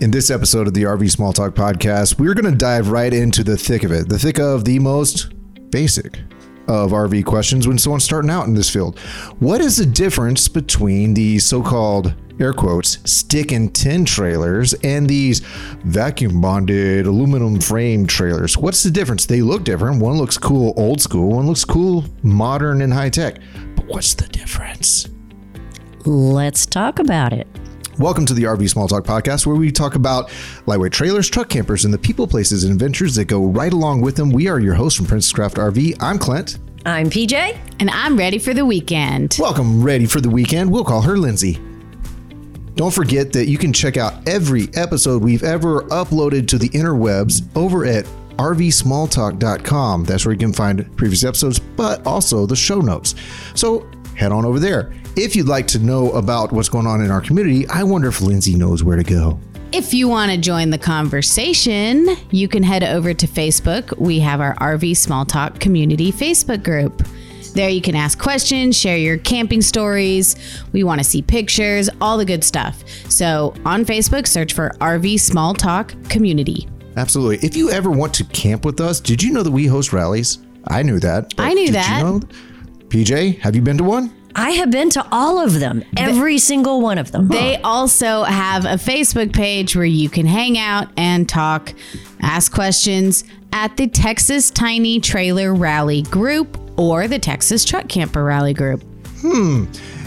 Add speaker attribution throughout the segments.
Speaker 1: In this episode of the RV Small Talk podcast, we're going to dive right into the thick of it, the thick of the most basic of RV questions when someone's starting out in this field. What is the difference between the so called air quotes stick and tin trailers and these vacuum bonded aluminum frame trailers? What's the difference? They look different. One looks cool old school, one looks cool modern and high tech. But what's the difference?
Speaker 2: Let's talk about it.
Speaker 1: Welcome to the RV Small Talk podcast, where we talk about lightweight trailers, truck campers, and the people, places, and adventures that go right along with them. We are your hosts from Princess Craft RV. I'm Clint.
Speaker 2: I'm PJ.
Speaker 3: And I'm ready for the weekend.
Speaker 1: Welcome, ready for the weekend. We'll call her Lindsay. Don't forget that you can check out every episode we've ever uploaded to the interwebs over at rvsmalltalk.com. That's where you can find previous episodes, but also the show notes. So head on over there. If you'd like to know about what's going on in our community, I wonder if Lindsay knows where to go.
Speaker 3: If you want to join the conversation, you can head over to Facebook. We have our RV Small Talk Community Facebook group. There you can ask questions, share your camping stories. We want to see pictures, all the good stuff. So on Facebook, search for RV Small Talk Community.
Speaker 1: Absolutely. If you ever want to camp with us, did you know that we host rallies? I knew that. but
Speaker 3: I
Speaker 1: did
Speaker 3: knew
Speaker 1: you
Speaker 3: that.
Speaker 1: know? PJ, have you been to one?
Speaker 2: I have been to all of them, every single one of them.
Speaker 3: They also have a Facebook page where you can hang out and talk, ask questions at the Texas Tiny Trailer Rally Group or the Texas Truck Camper Rally Group.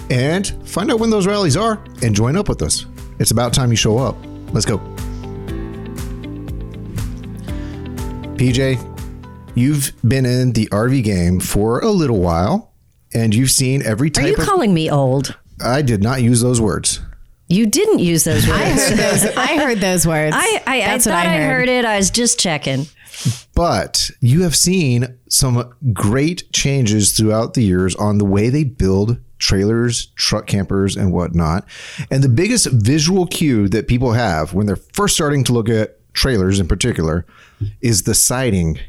Speaker 1: And find out when those rallies are and join up with us. It's about time you show up. Let's go. PJ, you've been in the RV game for a little while and you've seen every
Speaker 2: Are you
Speaker 1: type of.
Speaker 2: calling me old?
Speaker 1: I did not use those words.
Speaker 2: You didn't use those
Speaker 3: I
Speaker 2: words.
Speaker 3: heard those. I heard those words.
Speaker 2: I, I, I
Speaker 3: That's
Speaker 2: thought
Speaker 3: what
Speaker 2: I heard it. I was just checking.
Speaker 1: but you have seen some great changes throughout the years on the way they build trailers, truck campers, and whatnot. And the biggest visual cue that people have when they're first starting to look at trailers in particular is the siding.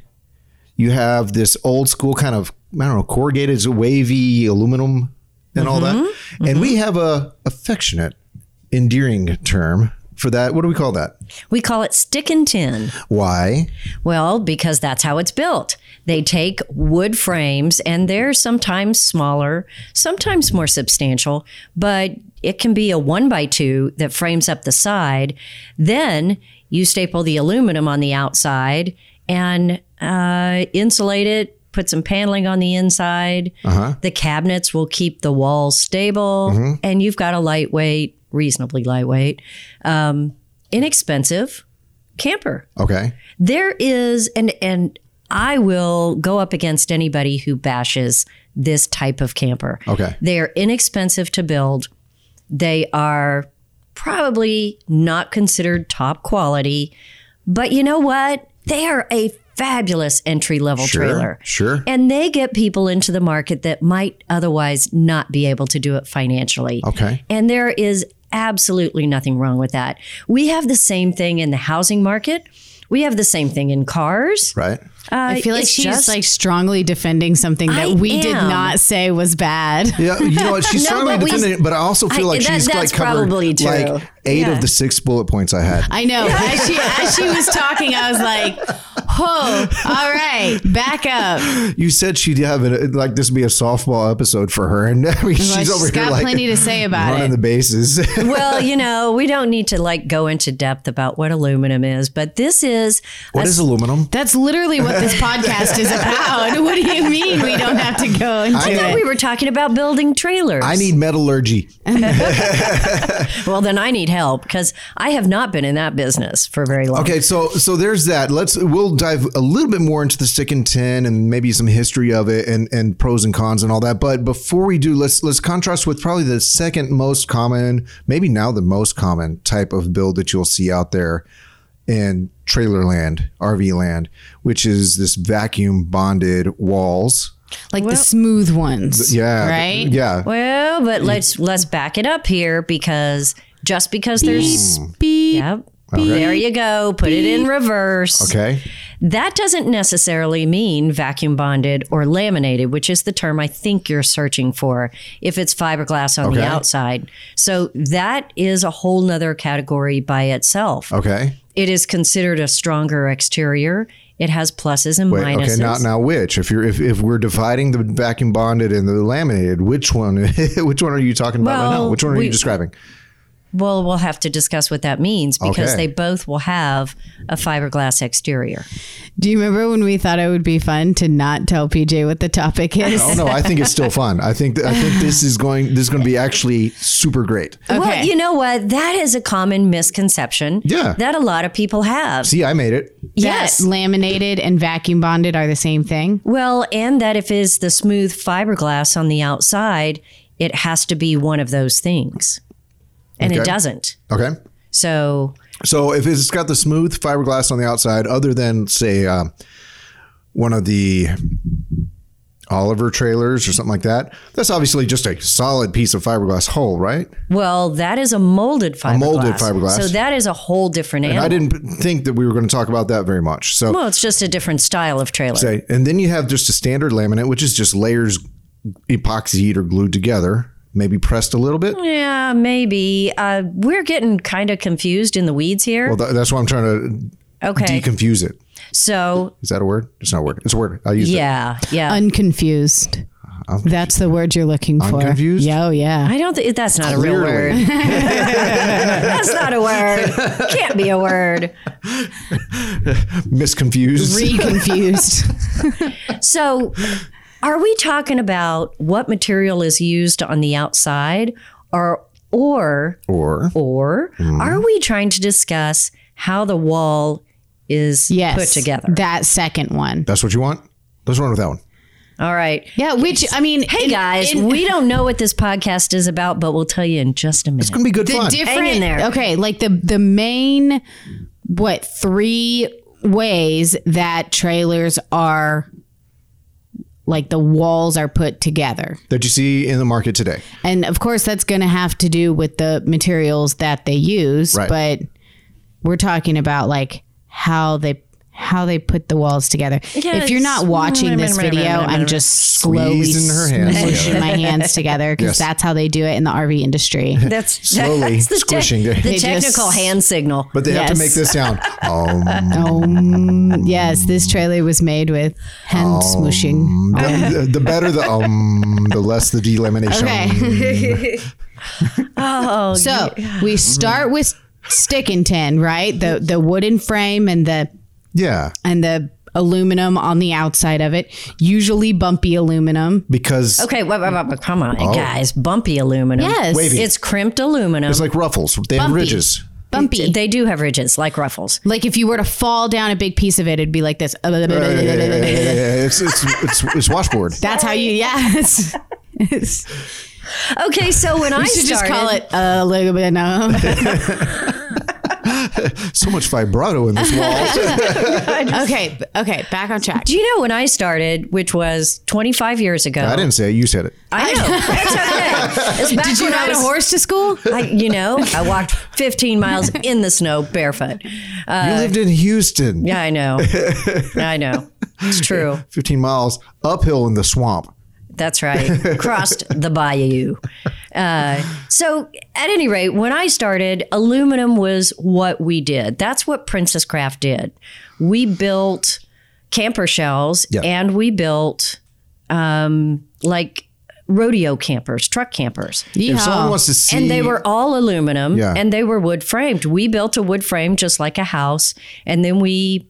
Speaker 1: You have this old school kind of, I don't know, corrugated, wavy aluminum and all that. And we have a affectionate, endearing term for that. What do we call that?
Speaker 2: We call it stick and tin.
Speaker 1: Why?
Speaker 2: Well, because that's how it's built. They take wood frames and they're sometimes smaller, sometimes more substantial, but it can be a one by two that frames up the side. Then you staple the aluminum on the outside and uh, insulate it, put some paneling on the inside. The cabinets will keep the walls stable, and you've got a lightweight, reasonably lightweight, um, inexpensive camper
Speaker 1: Okay.
Speaker 2: there is and and I will go up against anybody who bashes this type of camper.
Speaker 1: Okay.
Speaker 2: They are inexpensive to build. They are probably not considered top quality, but you know what? They are a fabulous entry level
Speaker 1: Sure,
Speaker 2: trailer.
Speaker 1: sure.
Speaker 2: And they get people into the market that might otherwise not be able to do it financially.
Speaker 1: Okay.
Speaker 2: And there is absolutely nothing wrong with that. We have the same thing in the housing market. We have the same thing in cars. Uh,
Speaker 1: Right.
Speaker 3: I feel like
Speaker 2: it's
Speaker 3: she's
Speaker 2: just-
Speaker 3: like strongly defending something that
Speaker 2: I
Speaker 3: we did
Speaker 2: am.
Speaker 3: not say was bad.
Speaker 1: Yeah, you know what? She's
Speaker 2: No,
Speaker 1: strongly
Speaker 2: but we-
Speaker 1: defending it, but I also feel
Speaker 2: I-
Speaker 1: like
Speaker 2: that-
Speaker 1: she's like
Speaker 2: that's
Speaker 1: covered
Speaker 2: probably true.
Speaker 1: like eight
Speaker 2: Yeah.
Speaker 1: of the six bullet points I had.
Speaker 3: I know. As she as she was talking, I was like, "Oh, all right, back up."
Speaker 1: You said she'd have it like this would be a softball episode for her, and I mean she's
Speaker 3: Well, she's
Speaker 1: over here
Speaker 3: got
Speaker 1: like
Speaker 3: plenty to say about
Speaker 1: running
Speaker 3: it.
Speaker 1: the bases.
Speaker 2: well, you know, we don't need to like go into depth about what aluminum is, but this is
Speaker 1: what is aluminum?
Speaker 3: That's literally what this podcast is about. What do you mean we don't have to go into
Speaker 1: I
Speaker 2: I
Speaker 1: need,
Speaker 2: thought we were talking about building trailers.
Speaker 1: I need metallurgy.
Speaker 2: well, then I need help because I have not been in that business for very long.
Speaker 1: Okay, so so there's that. Let's we'll dive a little bit more into the stick and tin and maybe some history of it and and pros and cons and all that. But before we do, let's let's contrast with probably the second most common, maybe now the most common type of build that you'll see out there in trailer land, RV land, which is this vacuum bonded walls.
Speaker 3: like the smooth ones?
Speaker 1: Yeah.
Speaker 3: Right?
Speaker 1: Yeah.
Speaker 2: Well, but let's let's back it up here because just because there's
Speaker 3: Beep.
Speaker 2: yep, there you go, put it in reverse.
Speaker 1: Okay.
Speaker 2: That doesn't necessarily mean vacuum bonded or laminated, which is the term I think you're searching for if it's fiberglass on the
Speaker 1: Okay.
Speaker 2: outside. So that is a whole nother category by itself.
Speaker 1: Okay.
Speaker 2: It is considered a stronger exterior. It has pluses and
Speaker 1: Wait,
Speaker 2: minuses.
Speaker 1: okay, now now which? If you're if, if we're dividing the vacuum bonded and the laminated, which one which one are you talking about right now?
Speaker 2: Well,
Speaker 1: Which one are
Speaker 2: we-
Speaker 1: you describing?
Speaker 2: well, we'll have to discuss what that means because
Speaker 1: Okay.
Speaker 2: they both will have a fiberglass exterior.
Speaker 3: Do you remember when we thought it would be fun to not tell PJ what the topic is?
Speaker 1: Oh no, I think it's still fun. I think that, I think this is going this is going to be actually super great.
Speaker 2: Well,
Speaker 3: Okay.
Speaker 2: you know what? That is a common misconception
Speaker 1: Yeah.
Speaker 2: that a lot of people have.
Speaker 1: See, I made it.
Speaker 2: yes.
Speaker 3: That laminated and vacuum bonded are the same thing.
Speaker 2: well, and that if it's the smooth fiberglass on the outside, it has to be one of those things. And it
Speaker 1: Okay.
Speaker 2: doesn't.
Speaker 1: Okay.
Speaker 2: So,
Speaker 1: So if it's got the smooth fiberglass on the outside, other than say uh, one of the Oliver trailers or something like that, that's obviously just a solid piece of fiberglass whole, right?
Speaker 2: well, that is a molded fiberglass.
Speaker 1: molded fiberglass.
Speaker 2: So that is a whole different
Speaker 1: And I
Speaker 2: animal.
Speaker 1: didn't think that we were going to talk about that very much. So
Speaker 2: well, it's just a different style of trailer.
Speaker 1: say, and then you have just a standard laminate, which is just layers epoxied or glued together, maybe pressed a little bit.
Speaker 2: Oh, yeah, maybe. Uh, we're getting kind of confused in the weeds here.
Speaker 1: Well, tha- that's why I'm trying to
Speaker 2: okay.
Speaker 1: deconfuse it.
Speaker 2: so,
Speaker 1: Is that a word? It's not a word. It's a word. I use it.
Speaker 2: yeah, yeah.
Speaker 3: Unconfused. That's the word you're looking for.
Speaker 1: Unconfused?
Speaker 3: Yeah, oh yeah.
Speaker 2: I don't think that's not a real word.
Speaker 1: Clearly.
Speaker 2: That's not a word. Can't be a word.
Speaker 1: Misconfused.
Speaker 3: Be confused.
Speaker 2: So, are we talking about what material is used on the outside or or
Speaker 1: or
Speaker 2: or
Speaker 1: Mm-hmm.
Speaker 2: are we trying to discuss how the wall is
Speaker 3: yes.
Speaker 2: put together?
Speaker 3: That second one.
Speaker 1: that's what you want? Let's run with that one.
Speaker 2: All right.
Speaker 3: Yeah, which I mean
Speaker 2: Hey
Speaker 3: in-
Speaker 2: guys,
Speaker 3: in-
Speaker 2: we don't know what this podcast is about, but we'll tell you in just a minute.
Speaker 1: It's gonna be good
Speaker 3: the
Speaker 1: fun.
Speaker 3: different
Speaker 2: in there.
Speaker 3: okay like the the main what three ways that trailers are like the walls are put together
Speaker 1: that you see in the market today.
Speaker 3: and of course that's going to have to do with the materials that they use
Speaker 1: Right.
Speaker 3: but we're talking about like how they how they put the walls together.
Speaker 2: Yeah,
Speaker 3: if you're not
Speaker 2: it's-
Speaker 3: watching this video, I'm just slowly
Speaker 1: Squeezing her hands
Speaker 3: smushing
Speaker 1: together.
Speaker 3: my hands together because
Speaker 1: Yes.
Speaker 3: that's how they do it in the RV industry.
Speaker 2: That's
Speaker 1: Slowly
Speaker 2: that's the, tech-
Speaker 1: squishing there.
Speaker 2: the
Speaker 1: They
Speaker 3: just-
Speaker 2: technical hand signal.
Speaker 1: But they have to
Speaker 3: Yes.
Speaker 1: make this sound. Um,
Speaker 3: Um, yes, this trailer was made with hand
Speaker 1: Um,
Speaker 3: smooshing.
Speaker 1: the, the better the um, the less the delamination.
Speaker 3: Okay.
Speaker 2: Oh,
Speaker 3: so we start with stick and tin, right? The the wooden frame and the
Speaker 1: Yeah,
Speaker 3: and the aluminum on the outside of it, usually bumpy aluminum.
Speaker 1: because
Speaker 2: Okay, wait, wait, wait, wait, come on,
Speaker 1: Oh.
Speaker 2: guys. Bumpy aluminum.
Speaker 3: Yes. Wavy.
Speaker 2: It's crimped aluminum.
Speaker 1: it's like ruffles. They have
Speaker 3: Bumpy.
Speaker 1: ridges.
Speaker 3: Bumpy.
Speaker 2: they do have ridges, like ruffles.
Speaker 3: like if you were to fall down a big piece of it, it'd be like this.
Speaker 1: It's, it's, it's, it's washboard.
Speaker 3: That's how you yes. It's,
Speaker 2: Okay, so when I
Speaker 3: you should
Speaker 2: started,
Speaker 3: just call it aluminum.
Speaker 1: So much vibrato in this wall.
Speaker 3: okay, okay, back on track.
Speaker 2: Do you know when I started, which was 25 years ago?
Speaker 1: I didn't say it. You said it.
Speaker 2: I know. That's okay. It's back
Speaker 3: Did you
Speaker 2: when I
Speaker 3: ride a
Speaker 2: was-
Speaker 3: horse to school?
Speaker 2: I, you know, I walked 15 miles in the snow barefoot. Uh,
Speaker 1: You lived in Houston,
Speaker 2: yeah, I know. I know. It's true.
Speaker 1: 15 miles uphill in the swamp.
Speaker 2: That's right. Crossed the bayou. Uh, so, at any rate, when I started, aluminum was what we did. That's what Princess Craft did. We built camper shells
Speaker 1: Yeah.
Speaker 2: and we built um, like rodeo campers, truck campers.
Speaker 1: If someone wants to see,
Speaker 2: And they were all aluminum
Speaker 1: Yeah.
Speaker 2: and they were wood framed. We built a wood frame just like a house and then we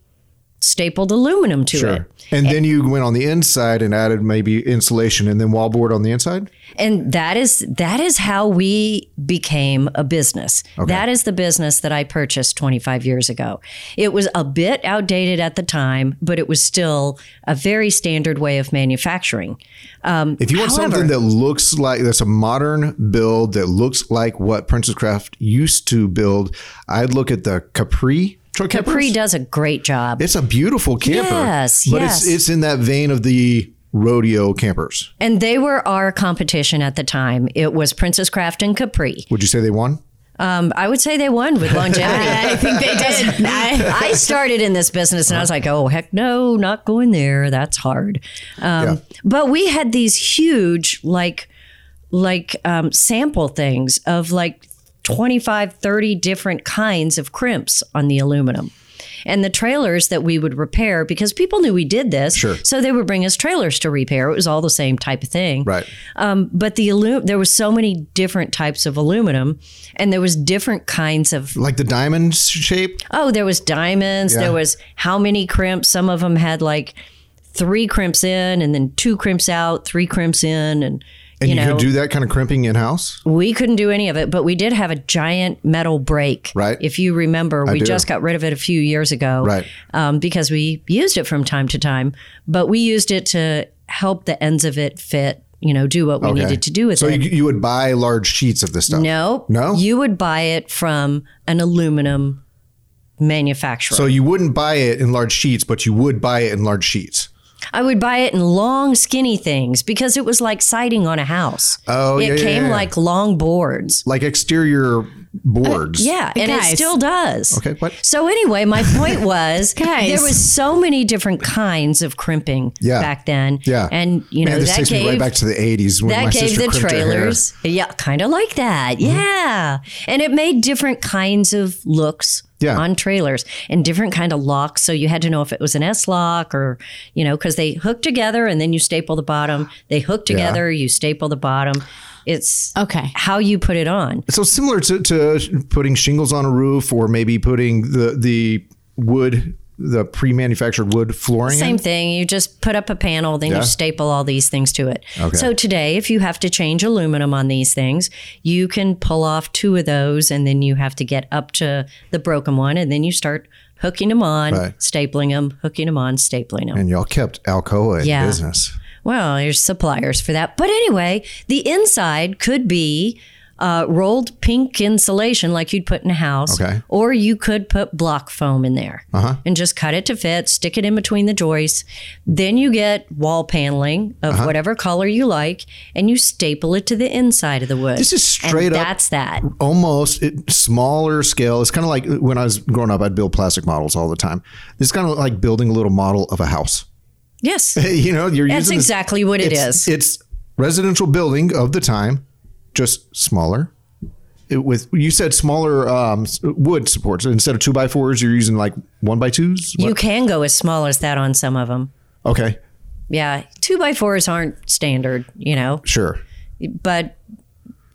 Speaker 2: stapled aluminum to it.
Speaker 1: Sure. And then you went on the inside and added maybe insulation and then wallboard on the inside.
Speaker 2: and that is that is how we became a business that is the business that i purchased 25 years ago it was a bit outdated at the time but it was still a very standard way of manufacturing
Speaker 1: If you want something that looks like that's a modern build that looks like what Princess Craft used to build, I'd look at the Capri truck
Speaker 2: capri
Speaker 1: campers.
Speaker 2: does a great job
Speaker 1: It's a beautiful camper.
Speaker 2: Yes,
Speaker 1: but
Speaker 2: yes.
Speaker 1: it's it's in that vein of the rodeo campers.
Speaker 2: and they were our competition at the time it was princess craft and capri
Speaker 1: Would you say they won?
Speaker 2: Um, I would say they won with longevity.
Speaker 3: I think they did. I,
Speaker 2: I started in this business and I was like, oh, heck no, not going there. That's hard. Um,
Speaker 1: Yeah.
Speaker 2: But we had these huge, like, like um, sample things of like 25, 30 different kinds of crimps on the aluminum. And the trailers that we would repair because people knew we did this.
Speaker 1: Sure.
Speaker 2: So they would bring us trailers to repair. It was all the same type of thing.
Speaker 1: Right.
Speaker 2: Um, but the alu- there was so many different types of aluminum and there was different kinds of
Speaker 1: Like the diamond shape.
Speaker 2: Oh, there was diamonds.
Speaker 1: Yeah.
Speaker 2: There was how many crimps? Some of them had like three crimps in, and then two crimps out, three crimps in, and,
Speaker 1: And
Speaker 2: you
Speaker 1: you,
Speaker 2: know
Speaker 1: could do that kind of crimping in house.
Speaker 2: we couldn't do any of it. But we did have a giant metal break.
Speaker 1: Right.
Speaker 2: If you remember, we
Speaker 1: do.
Speaker 2: just got rid of it a few years ago.
Speaker 1: Right.
Speaker 2: Um, because we used it from time to time, but we used it to help the ends of it fit. You know, do what we needed to do with
Speaker 1: so
Speaker 2: it.
Speaker 1: you, you would buy large sheets of this stuff.
Speaker 2: no,
Speaker 1: No?
Speaker 2: You would buy it from an aluminum manufacturer.
Speaker 1: So you wouldn't buy it in large sheets, but you would buy it in large sheets.
Speaker 2: I would buy it in long, skinny things because it was like siding on a house.
Speaker 1: Oh,
Speaker 2: it
Speaker 1: yeah, yeah,
Speaker 2: came
Speaker 1: yeah.
Speaker 2: like long boards.
Speaker 1: Like exterior boards.
Speaker 2: Uh, Yeah, and
Speaker 3: Guys.
Speaker 2: it still does.
Speaker 1: Okay, what?
Speaker 2: So anyway, my point was
Speaker 3: Guys.
Speaker 2: there was so many different kinds of crimping
Speaker 1: Yeah.
Speaker 2: back then.
Speaker 1: Yeah.
Speaker 2: and you know
Speaker 1: Man, this
Speaker 2: that
Speaker 1: takes
Speaker 2: gave
Speaker 1: me right back to the 80s when my
Speaker 2: that gave
Speaker 1: sister
Speaker 2: the
Speaker 1: crimped her hair. Mm-hmm.
Speaker 2: trailers. Yeah, kind of like that. Yeah. And it made different kinds of looks
Speaker 1: Yeah.
Speaker 2: on trailers and different kind of locks. So you had to know if it was an S lock or, you know, because they hook together and then you staple the bottom. They hook together, you staple the bottom. It's
Speaker 3: okay.
Speaker 2: how you put it on.
Speaker 1: So similar to, to putting shingles on a roof or maybe putting the, the wood, the pre-manufactured wood flooring.
Speaker 2: Same
Speaker 1: in?
Speaker 2: thing. You just put up a panel, then
Speaker 1: Yeah.
Speaker 2: you staple all these things to it. So today, if you have to change aluminum on these things, you can pull off two of those, and then you have to get up to the broken one, and then you start hooking them on,
Speaker 1: Right.
Speaker 2: stapling them, hooking them on, stapling them.
Speaker 1: And y'all kept Alcoa in
Speaker 2: Yeah.
Speaker 1: business.
Speaker 2: Well, there's suppliers for that. But anyway, the inside could be uh, rolled pink insulation like you'd put in a house.
Speaker 1: Okay. Uh-huh.
Speaker 2: Or you could put block foam in there and just cut it to fit, stick it in between the joists. Then you get wall paneling of
Speaker 1: Uh-huh.
Speaker 2: whatever color you like and you staple it to the inside of the wood.
Speaker 1: This is straight
Speaker 2: and
Speaker 1: up-
Speaker 2: That's that.
Speaker 1: almost it, smaller scale. It's kind of like when I was growing up, I'd build plastic models all the time. It's kind of like building a little model of a house.
Speaker 2: Yes.
Speaker 1: You know, you're
Speaker 2: That's
Speaker 1: using this-
Speaker 2: exactly what it
Speaker 1: it's,
Speaker 2: is.
Speaker 1: It's residential building of the time, just smaller. It, with you said smaller um, s- wood supports instead of two by fours, you're using like one by twos.
Speaker 2: you can go as small as that on some of them.
Speaker 1: Okay,
Speaker 2: Yeah. Two by fours aren't standard, you know?
Speaker 1: sure.
Speaker 2: but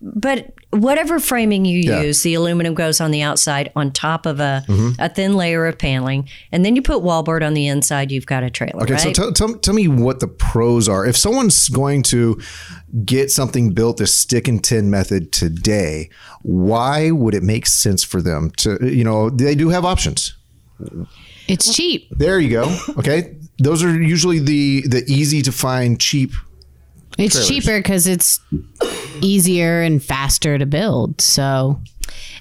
Speaker 2: but whatever framing you
Speaker 1: Yeah.
Speaker 2: use, the aluminum goes on the outside on top of a, a thin layer of paneling, and then you put wallboard on the inside. You've got a trailer,
Speaker 1: Okay,
Speaker 2: right?
Speaker 1: so tell, tell, tell me what the pros are. If someone's going to get something built this stick and tin method today, why would it make sense for them to, you know, they do have options.
Speaker 3: It's cheap.
Speaker 1: There you go. Okay. Those are usually the the easy to find cheap.
Speaker 3: It's cheaper because it's easier and faster to build. So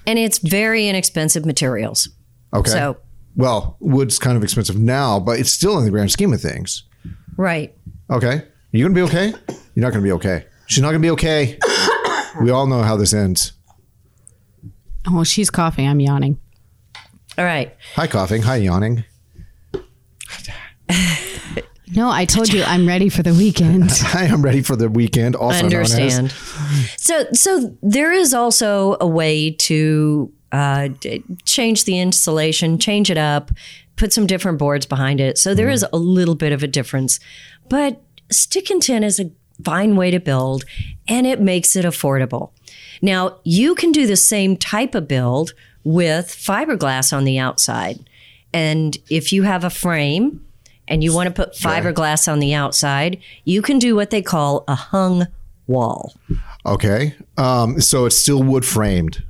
Speaker 2: and it's very inexpensive materials.
Speaker 1: Okay.
Speaker 2: So
Speaker 1: well, wood's kind of expensive now, but it's still in the grand scheme of things.
Speaker 2: right,
Speaker 1: Okay. You gonna be okay? You're not gonna be okay. She's not gonna be okay. we all know how this ends.
Speaker 3: Oh, she's coughing. I'm yawning.
Speaker 2: all right.
Speaker 1: Hi coughing. Hi yawning.
Speaker 3: No, I told you I'm ready for the weekend.
Speaker 1: I am ready for the weekend. Also known as-
Speaker 2: understand. So, so there is also a way to uh, d- change the insulation, change it up, put some different boards behind it. So there is a little bit of a difference, but stick and tin is a fine way to build, and it makes it affordable. Now you can do the same type of build with fiberglass on the outside, and if you have a frame and you want to put fiberglass on the outside, you can do what they call a hung wall.
Speaker 1: Okay. Um, so it's still wood framed,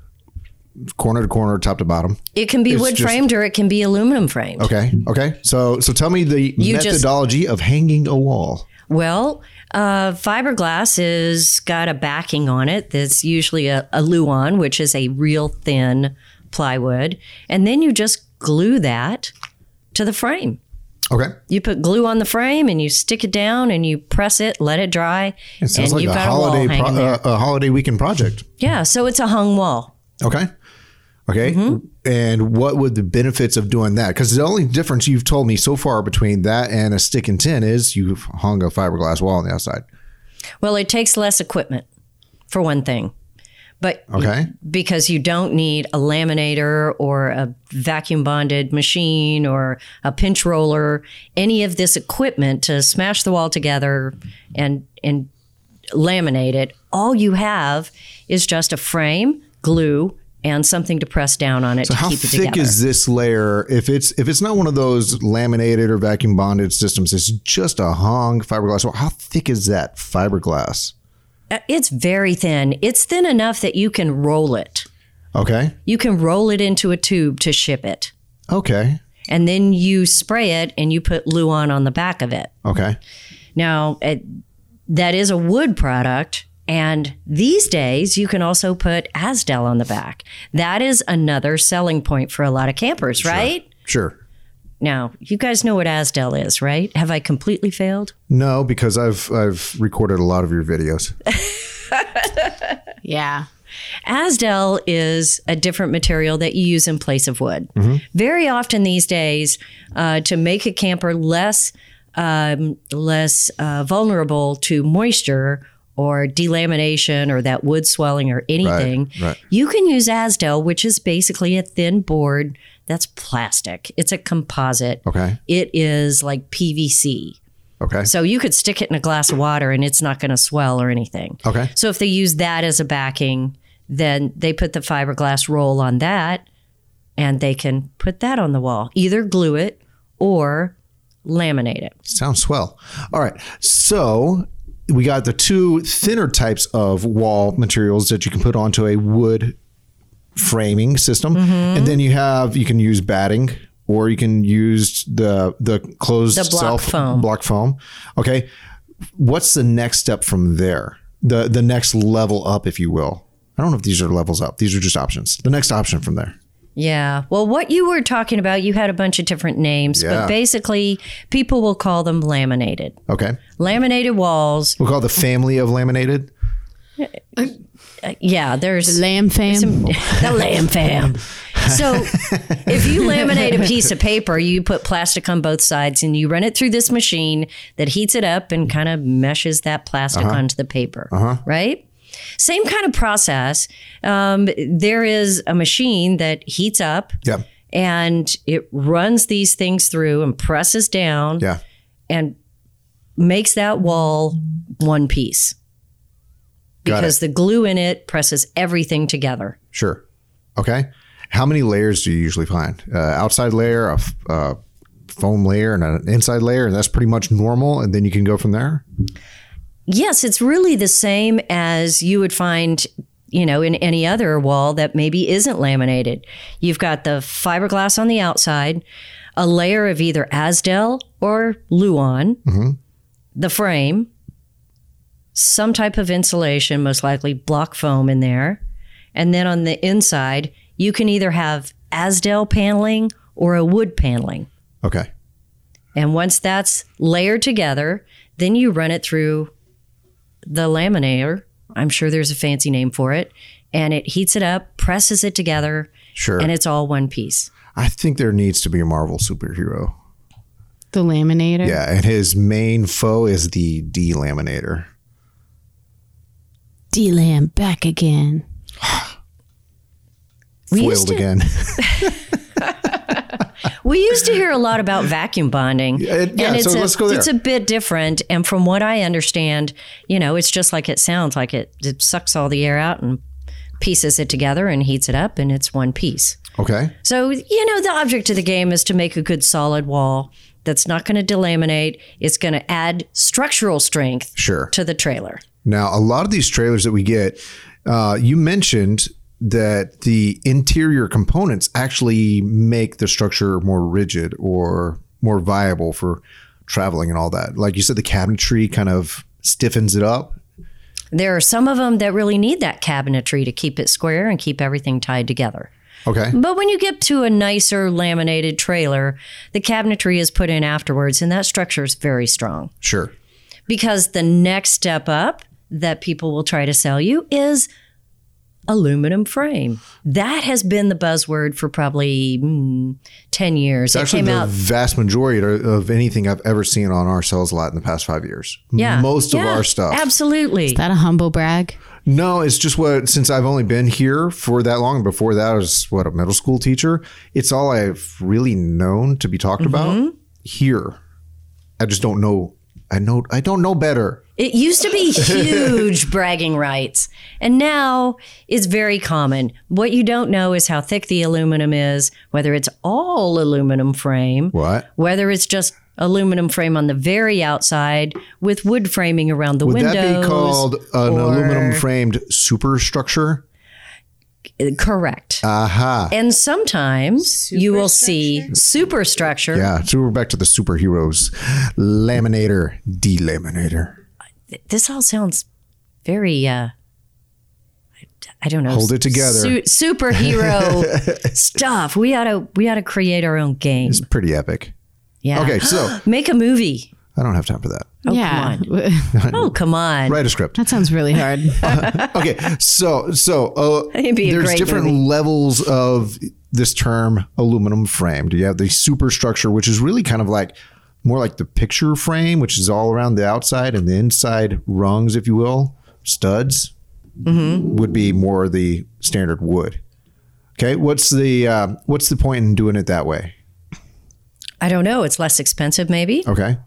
Speaker 1: corner to corner, top to bottom.
Speaker 2: It can be wood
Speaker 1: just-
Speaker 2: framed or it can be aluminum framed.
Speaker 1: Okay. Okay. So so tell me the
Speaker 2: You just-
Speaker 1: methodology of hanging a wall.
Speaker 2: Well, uh, fiberglass is got a backing on it that's usually a, a luan, which is a real thin plywood, and then you just glue that to the frame.
Speaker 1: Okay.
Speaker 2: You put glue on the frame and you stick it down and you press it, let it dry,
Speaker 1: It sounds
Speaker 2: and
Speaker 1: like
Speaker 2: you've
Speaker 1: a
Speaker 2: got a wall
Speaker 1: holiday
Speaker 2: hanging
Speaker 1: pro-
Speaker 2: there.
Speaker 1: uh, a holiday weekend project.
Speaker 2: Yeah, so it's a hung wall.
Speaker 1: Okay. Okay.
Speaker 2: Mm-hmm.
Speaker 1: And what would the benefits of doing that? Because the only difference you've told me so far between that and a stick and tin is you've hung a fiberglass wall on the outside.
Speaker 2: Well, it takes less equipment for one thing, but
Speaker 1: Okay.
Speaker 2: because you don't need a laminator or a vacuum bonded machine or a pinch roller, any of this equipment to smash the wall together and and laminate it. All you have is just a frame, glue, and something to press down on it to
Speaker 1: How
Speaker 2: keep it
Speaker 1: thick
Speaker 2: together.
Speaker 1: is this layer? If it's if it's not one of those laminated or vacuum bonded systems, it's just a hung fiberglass wall. How thick is that fiberglass?
Speaker 2: Uh, it's very thin. It's thin enough that you can roll it.
Speaker 1: Okay.
Speaker 2: You can roll it into a tube to ship it.
Speaker 1: Okay.
Speaker 2: And then you spray it and you put Luon on the back of it.
Speaker 1: Okay.
Speaker 2: Now, it, that is a wood product. And these days, you can also put Asdel on the back. That is another selling point for a lot of campers, right?
Speaker 1: Sure.
Speaker 2: Now, you guys know what Asdel is, right? Have I completely failed?
Speaker 1: No, because I've I've recorded a lot of your videos.
Speaker 3: Yeah.
Speaker 2: Asdel is a different material that you use in place of wood.
Speaker 1: Mm-hmm.
Speaker 2: Very often these days, uh, to make a camper less um, less uh, vulnerable to moisture or delamination or that wood swelling or anything,
Speaker 1: right.
Speaker 2: you can use Asdel, which is basically a thin board that's plastic. It's a composite.
Speaker 1: Okay.
Speaker 2: It is like PVC.
Speaker 1: Okay.
Speaker 2: So you could stick it in a glass of water and it's not going to swell or anything.
Speaker 1: Okay.
Speaker 2: So if they use that as a backing, then they put the fiberglass roll on that and they can put that on the wall. Either glue it or laminate it.
Speaker 1: Sounds swell. All right. So we got the two thinner types of wall materials that you can put onto a wood framing system.
Speaker 2: Mm-hmm.
Speaker 1: And then you have you can use batting or you can use the the closed
Speaker 2: The block
Speaker 1: self
Speaker 2: foam.
Speaker 1: block foam. Okay. What's the next step from there? The the next level up, if you will. I don't know if these are levels up. These are just options. The next option from there.
Speaker 2: Yeah. Well, what you were talking about, you had a bunch of different names,
Speaker 1: Yeah.
Speaker 2: but basically people will call them laminated.
Speaker 1: Okay.
Speaker 2: Laminated walls.
Speaker 1: We'll call it the family of laminated.
Speaker 2: uh, yeah, there's
Speaker 3: Lamb fam.
Speaker 2: the lamb fam. So if you laminate a piece of paper, you put plastic on both sides and you run it through this machine that heats it up and kind of meshes that plastic
Speaker 1: Uh-huh.
Speaker 2: onto the paper, right? Same kind of process. Um, there is a machine that heats up
Speaker 1: Yeah.
Speaker 2: and it runs these things through and presses down
Speaker 1: Yeah.
Speaker 2: and makes that wall one piece
Speaker 1: Got it.
Speaker 2: because the glue in it presses everything together.
Speaker 1: Sure. Okay. How many layers do you usually find? Uh, outside layer, a f- uh, foam layer, and an inside layer, and that's pretty much normal. And then you can go from there.
Speaker 2: Yes, it's really the same as you would find, you know, in any other wall that maybe isn't laminated. You've got the fiberglass on the outside, a layer of either Asdel or Luon, the frame, some type of insulation, most likely block foam in there. And then on the inside, you can either have Asdel paneling or a wood paneling.
Speaker 1: Okay.
Speaker 2: And once that's layered together, then you run it through the laminator. I'm sure there's a fancy name for it. And it heats it up, presses it together,
Speaker 1: Sure.
Speaker 2: and it's all one piece.
Speaker 1: I think there needs to be a Marvel superhero.
Speaker 3: The laminator.
Speaker 1: Yeah, and his main foe is the delaminator.
Speaker 3: D lamb back again.
Speaker 2: We
Speaker 1: Foiled
Speaker 2: used, to,
Speaker 1: again.
Speaker 2: we used to hear a lot about vacuum bonding.
Speaker 1: Yeah, it- yeah,
Speaker 2: and it's
Speaker 1: so
Speaker 2: a,
Speaker 1: let's go there.
Speaker 2: It's a bit different. And from what I understand, you know, it's just like it sounds like it, it sucks all the air out and pieces it together and heats it up, and it's one piece.
Speaker 1: okay.
Speaker 2: So, you know, the object of the game is to make a good solid wall that's not going to delaminate. It's going to add structural strength
Speaker 1: Sure.
Speaker 2: to the trailer.
Speaker 1: Now, a lot of these trailers that we get, uh, you mentioned that the interior components actually make the structure more rigid or more viable for traveling and all that. Like you said, the cabinetry kind of stiffens it up.
Speaker 2: There are some of them that really need that cabinetry to keep it square and keep everything tied together.
Speaker 1: Okay.
Speaker 2: But when you get to a nicer laminated trailer, the cabinetry is put in afterwards, and that structure is very strong.
Speaker 1: Sure.
Speaker 2: Because the next step up that people will try to sell you is aluminum frame. That has been the buzzword for probably mm, 10 years. It
Speaker 1: Actually,
Speaker 2: came
Speaker 1: the
Speaker 2: out
Speaker 1: vast majority of anything I've ever seen on our sales lot in the past five years.
Speaker 2: yeah,
Speaker 1: Most of
Speaker 2: Yeah,
Speaker 1: our stuff.
Speaker 2: Absolutely.
Speaker 3: that a humble brag?
Speaker 1: No, it's just what since I've only been here for that long. Before that, I was what a middle school teacher. It's all I've really known to be talked
Speaker 2: Mm-hmm.
Speaker 1: about here. I just don't know. I know. I don't know better.
Speaker 2: It used to be huge bragging rights, and now it's very common. What you don't know is how thick the aluminum is, whether it's all aluminum frame,
Speaker 1: What
Speaker 2: whether it's just aluminum frame on the very outside with wood framing around the
Speaker 1: would
Speaker 2: windows.
Speaker 1: that be called? An
Speaker 2: or-
Speaker 1: aluminum framed superstructure.
Speaker 2: Uh, Correct.
Speaker 1: Aha.
Speaker 2: and sometimes you will see superstructure.
Speaker 1: Yeah. So we're back to the superheroes. Laminator, delaminator.
Speaker 2: This all sounds very. Uh, I don't know.
Speaker 1: Hold it together.
Speaker 2: Su- superhero stuff. We ought to we ought to create our own game.
Speaker 1: It's pretty epic.
Speaker 2: Yeah.
Speaker 1: Okay, so
Speaker 2: Make a movie.
Speaker 1: I don't have time for that.
Speaker 2: Oh,
Speaker 3: yeah.
Speaker 2: come Oh, come on.
Speaker 1: Write a script.
Speaker 3: that sounds really hard.
Speaker 1: okay so so uh,
Speaker 2: It'd be a
Speaker 1: there's
Speaker 2: great
Speaker 1: different
Speaker 2: movie.
Speaker 1: levels of this term aluminum frame do you have the superstructure which is really kind of like more like the picture frame which is all around the outside and the inside rungs if you will studs
Speaker 2: Mm-hmm.
Speaker 1: would be more the standard wood okay what's the uh, what's the point in doing it that way
Speaker 2: I don't know. It's less expensive, maybe.
Speaker 1: okay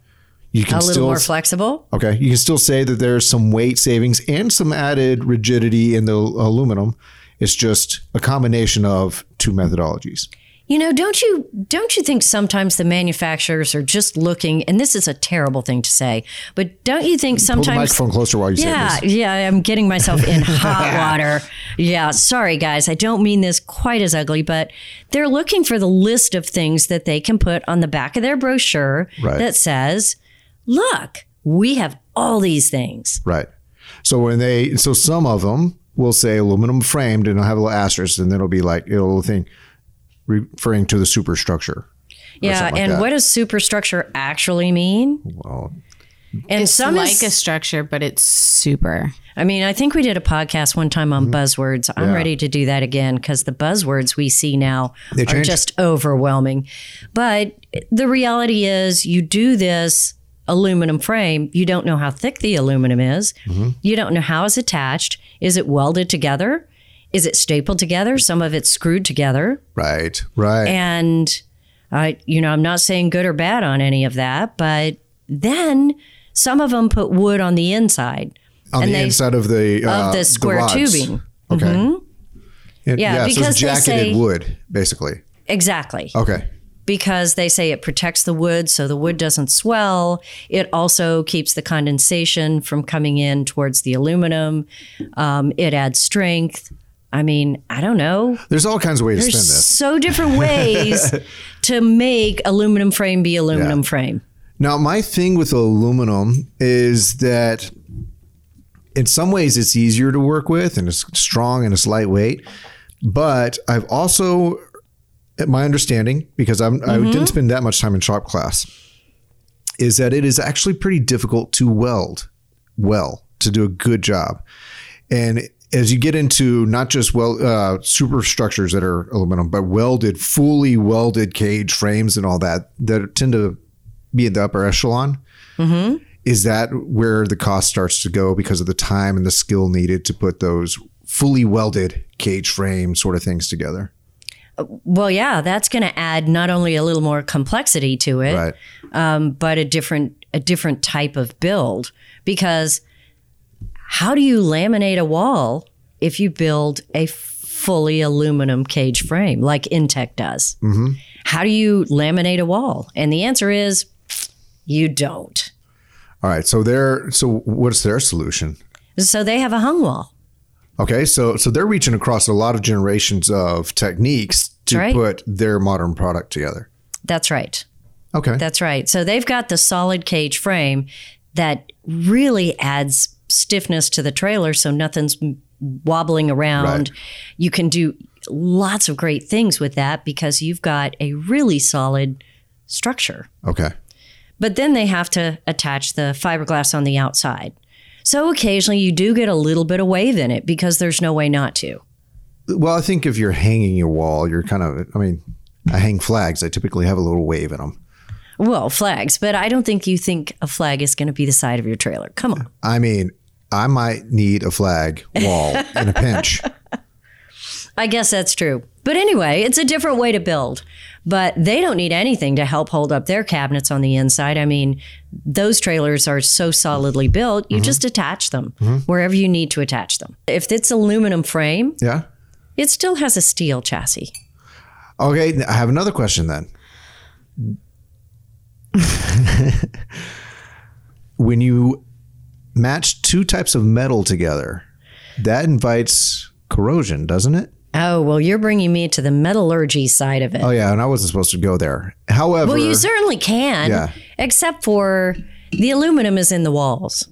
Speaker 1: you can
Speaker 2: a little
Speaker 1: still
Speaker 2: more flexible.
Speaker 1: Okay. You can still say that there's some weight savings and some added rigidity in the aluminum. It's just a combination of two methodologies.
Speaker 2: You know, don't you don't you think sometimes the manufacturers are just looking? And this is a terrible thing to say, but don't you think
Speaker 1: Hold the
Speaker 2: sometimes?
Speaker 1: microphone closer while you
Speaker 2: Yeah,
Speaker 1: say this.
Speaker 2: yeah, I'm getting myself in hot water. Yeah, sorry guys, I don't mean this quite as ugly, but they're looking for the list of things that they can put on the back of their brochure
Speaker 1: Right.
Speaker 2: that says, "Look, we have all these things."
Speaker 1: Right. So when they, so some of them will say aluminum framed and it'll have a little asterisk and then it'll be like, it'll think referring to the superstructure.
Speaker 2: Yeah,
Speaker 1: something like
Speaker 2: and
Speaker 1: that.
Speaker 2: what does superstructure actually mean?
Speaker 1: Well,
Speaker 2: And
Speaker 3: it's
Speaker 2: some
Speaker 3: like
Speaker 2: is-
Speaker 3: a structure, but it's super.
Speaker 2: I mean, I think we did a podcast one time
Speaker 1: Mm-hmm.
Speaker 2: on buzzwords. I'm ready to do that again because the buzzwords we see now
Speaker 1: They
Speaker 2: are
Speaker 1: change.
Speaker 2: just overwhelming. But the reality is, you do this aluminum frame, you don't know how thick the aluminum is,
Speaker 1: Mm-hmm.
Speaker 2: you don't know how it's attached. Is it welded together? Is it stapled together? Some of it's screwed together.
Speaker 1: right, right.
Speaker 2: And I, you know, I'm not saying good or bad on any of that, but then some of them put wood on the inside.
Speaker 1: On
Speaker 2: and
Speaker 1: the
Speaker 2: they-
Speaker 1: inside of the, uh,
Speaker 2: the square
Speaker 1: rods.
Speaker 2: tubing. Mm-hmm.
Speaker 1: Okay. It-
Speaker 2: Yeah,
Speaker 1: yeah, so
Speaker 2: because
Speaker 1: it's
Speaker 2: they
Speaker 1: jacketed
Speaker 2: say-
Speaker 1: wood, basically.
Speaker 2: Exactly.
Speaker 1: Okay.
Speaker 2: Because they say it protects the wood so the wood doesn't swell. It also keeps the condensation from coming in towards the aluminum. Um, it adds strength. I mean, I don't know.
Speaker 1: There's all kinds of ways to
Speaker 2: There's
Speaker 1: spin this.
Speaker 2: so different ways to make aluminum frame be aluminum frame.
Speaker 1: Now, my thing with aluminum is that in some ways it's easier to work with and it's strong and it's lightweight. But I've also, at my understanding, because I'm, I didn't spend that much time in shop class, is that it is actually pretty difficult to weld well, to do a good job. And as you get into not just well uh, superstructures that are aluminum, but welded, fully welded cage frames and all that, that tend to be in the upper echelon. Is that where the cost starts to go because of the time and the skill needed to put those fully welded cage frame sort of things together?
Speaker 2: Well, yeah, that's going to add not only a little more complexity to it,
Speaker 1: Right.
Speaker 2: um, but a different a different type of build because how do you laminate a wall if you build a fully aluminum cage frame like Intech does? How do you laminate a wall? And the answer is you don't.
Speaker 1: All right. So they're so what's their solution?
Speaker 2: So they have a hung wall.
Speaker 1: Okay, so so they're reaching across a lot of generations of techniques to
Speaker 2: Right.
Speaker 1: put their modern product together.
Speaker 2: That's right.
Speaker 1: Okay.
Speaker 2: That's right. So they've got the solid cage frame that really adds stiffness to the trailer so nothing's m- wobbling around.
Speaker 1: Right.
Speaker 2: You can do lots of great things with that because you've got a really solid structure.
Speaker 1: okay.
Speaker 2: But then they have to attach the fiberglass on the outside. So occasionally you do get a little bit of wave in it because there's no way not to.
Speaker 1: Well, I think if you're hanging your wall, you're kind of. I mean, I hang flags. I typically have a little wave in them.
Speaker 2: Well, flags, but I don't think you think a flag is going to be the side of your trailer. Come on.
Speaker 1: I mean, I might need a flag wall in a pinch.
Speaker 2: I guess that's true. But anyway, it's a different way to build. But they don't need anything to help hold up their cabinets on the inside. I mean, those trailers are so solidly built, you just attach them wherever you need to attach them. If it's aluminum frame,
Speaker 1: Yeah.
Speaker 2: it still has a steel chassis.
Speaker 1: Okay, I have another question then. when you match two types of metal together, that invites corrosion, doesn't it?
Speaker 2: Oh, well, you're bringing me to the metallurgy side of it.
Speaker 1: Oh yeah, and I wasn't supposed to go there. However,
Speaker 2: Well, you certainly can,
Speaker 1: Yeah.
Speaker 2: except for the aluminum is in the walls,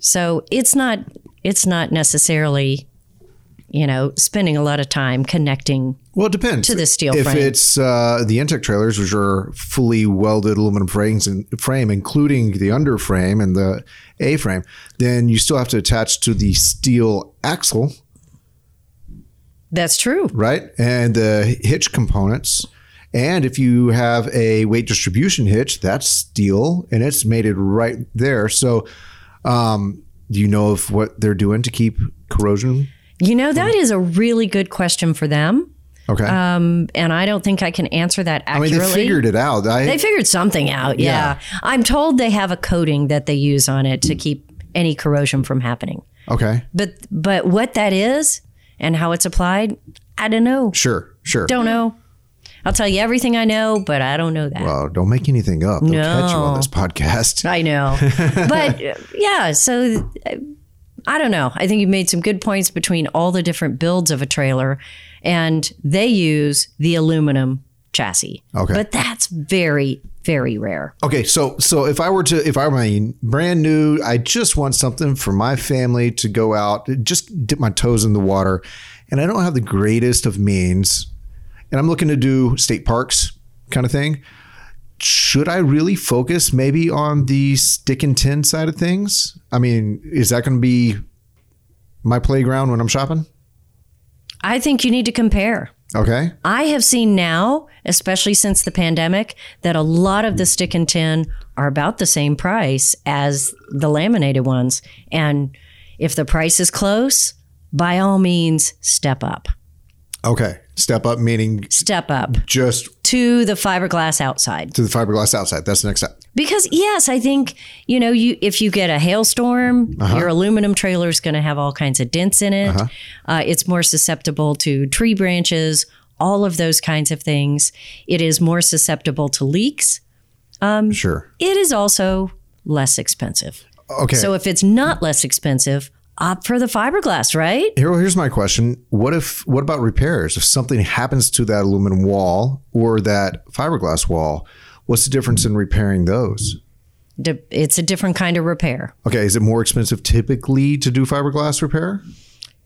Speaker 2: so it's not it's not necessarily, you know, spending a lot of time connecting.
Speaker 1: well, it depends to
Speaker 2: the steel
Speaker 1: If
Speaker 2: frame.
Speaker 1: it's uh, the intake trailers, which are fully welded aluminum frames and frame, including the underframe and the A frame, then you still have to attach to the steel axle
Speaker 2: That's true.
Speaker 1: right? And the hitch components. And if you have a weight distribution hitch, that's steel and it's mated right there. So, um, do you know if what they're doing to keep corrosion?
Speaker 2: You know, that is a really good question for them,
Speaker 1: Okay.
Speaker 2: um, and I don't think I can answer that
Speaker 1: I mean,
Speaker 2: accurately.
Speaker 1: they figured it out. I,
Speaker 2: They figured something out. Yeah. I'm told they have a coating that they use on it to keep any corrosion from happening.
Speaker 1: okay.
Speaker 2: But but what that is and how it's applied, I don't know.
Speaker 1: Sure. Sure.
Speaker 2: Don't know. I'll tell you everything I know, but I don't know that.
Speaker 1: Well, don't make anything up. They'll catch you on
Speaker 2: No.
Speaker 1: this podcast.
Speaker 2: I know. but uh, yeah, so uh, I don't know. I think you made some good points between all the different builds of a trailer, and they use the aluminum chassis.
Speaker 1: Okay.
Speaker 2: But that's very, very rare.
Speaker 1: Okay, so so if I were to if I were my brand new, I just want something for my family to go out, just dip my toes in the water, and I don't have the greatest of means, and I'm looking to do state parks kind of thing. Should I really focus maybe on the stick and tin side of things? I mean, is that going to be my playground when I'm shopping?
Speaker 2: I think you need to compare.
Speaker 1: Okay,
Speaker 2: I have seen now, especially since the pandemic, that a lot of the stick and tin are about the same price as the laminated ones. And if the price is close, by all means, step up.
Speaker 1: okay. Step up meaning
Speaker 2: Step up
Speaker 1: just
Speaker 2: to the fiberglass outside.
Speaker 1: to the fiberglass outside. That's the next step.
Speaker 2: Because yes, I think, you know, you if you get a hailstorm, your aluminum trailer is going to have all kinds of dents in it. uh it's more susceptible to tree branches, all of those kinds of things. It is more susceptible to leaks.
Speaker 1: Sure.
Speaker 2: it is also less expensive.
Speaker 1: Okay.
Speaker 2: So if it's not less expensive, opt for the fiberglass, right?
Speaker 1: Here, here's my question: What if? What about repairs? If something happens to that aluminum wall or that fiberglass wall, what's the difference in repairing those?
Speaker 2: D- It's a different kind of repair.
Speaker 1: Okay, is it more expensive typically to do fiberglass repair?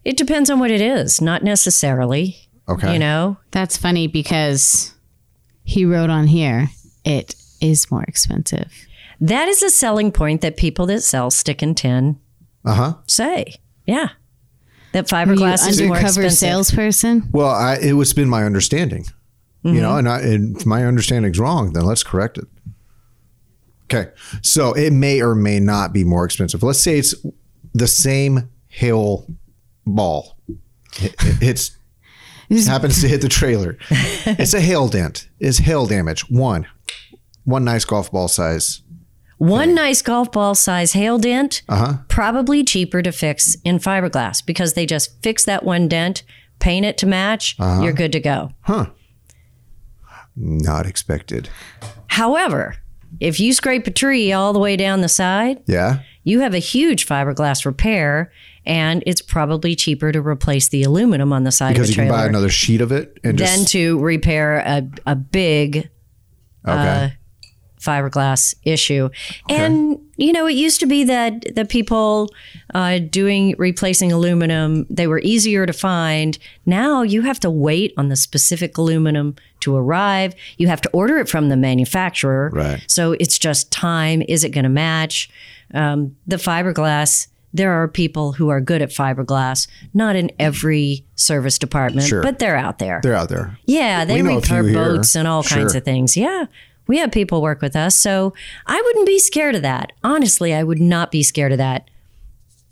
Speaker 2: It depends on what it is, not necessarily.
Speaker 1: Okay,
Speaker 2: You know,
Speaker 3: That's funny because he wrote on here, it is more expensive.
Speaker 2: that is a selling point that people that sell stick and tin
Speaker 1: uh huh.
Speaker 2: say. Yeah. That
Speaker 3: You
Speaker 2: fiberglass is more
Speaker 3: undercover
Speaker 2: expensive.
Speaker 3: salesperson.
Speaker 1: Well, I, it was been my understanding, you
Speaker 2: Mm-hmm.
Speaker 1: know, and, I, and if my understanding's wrong, then let's correct it. Okay, so it may or may not be more expensive. Let's say it's the same hail ball. It, it's happens to hit the trailer. It's a hail dent. It's hail damage. One, one nice golf ball size.
Speaker 2: One nice golf ball size hail dent,
Speaker 1: Uh-huh.
Speaker 2: probably cheaper to fix in fiberglass because they just fix that one dent, paint it to match, you're good to go.
Speaker 1: Not expected.
Speaker 2: However, if you scrape a tree all the way down the side,
Speaker 1: Yeah.
Speaker 2: you have a huge fiberglass repair, and it's probably cheaper to replace the aluminum on the side
Speaker 1: Because
Speaker 2: of
Speaker 1: you
Speaker 2: a
Speaker 1: can buy
Speaker 2: trailer
Speaker 1: another sheet of it and
Speaker 2: than
Speaker 1: just
Speaker 2: to repair a, a big
Speaker 1: okay.
Speaker 2: uh, fiberglass issue. And you know, it used to be that the people uh, doing replacing aluminum they were easier to find. Now you have to wait on the specific aluminum to arrive. You have to order it from the manufacturer.
Speaker 1: Right.
Speaker 2: So it's just time. Is it going to match um, the fiberglass? there are people who are good at fiberglass, not in every service department,
Speaker 1: Sure.
Speaker 2: but they're out there.
Speaker 1: They're out there.
Speaker 2: yeah, they
Speaker 1: we know a
Speaker 2: repair
Speaker 1: few here.
Speaker 2: boats and all kinds
Speaker 1: Sure.
Speaker 2: of things. Yeah. We have people work with us, so I wouldn't be scared of that. Honestly, I would not be scared of that.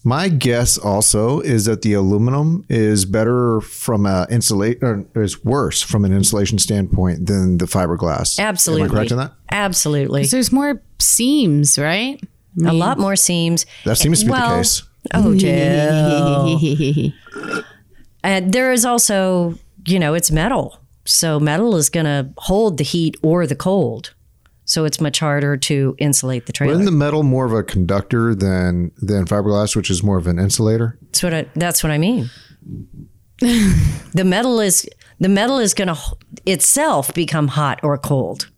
Speaker 1: My guess also is that the aluminum is better from a insulate or is worse from an insulation standpoint than the fiberglass.
Speaker 2: Absolutely.
Speaker 1: Am I correct on that?
Speaker 2: Absolutely.
Speaker 3: There's more seams, right?
Speaker 2: a lot more seams.
Speaker 1: That seems to be
Speaker 2: Well,
Speaker 1: the case.
Speaker 2: Oh, Jill.
Speaker 3: That's
Speaker 2: And there is also, you know, it's metal. So metal is going to hold the heat or the cold. So it's much harder to insulate the trailer.
Speaker 1: Isn't the metal more of a conductor than than fiberglass, which is more of an insulator?
Speaker 2: that's what I, that's what I mean. the metal is the metal is going to itself become hot or cold.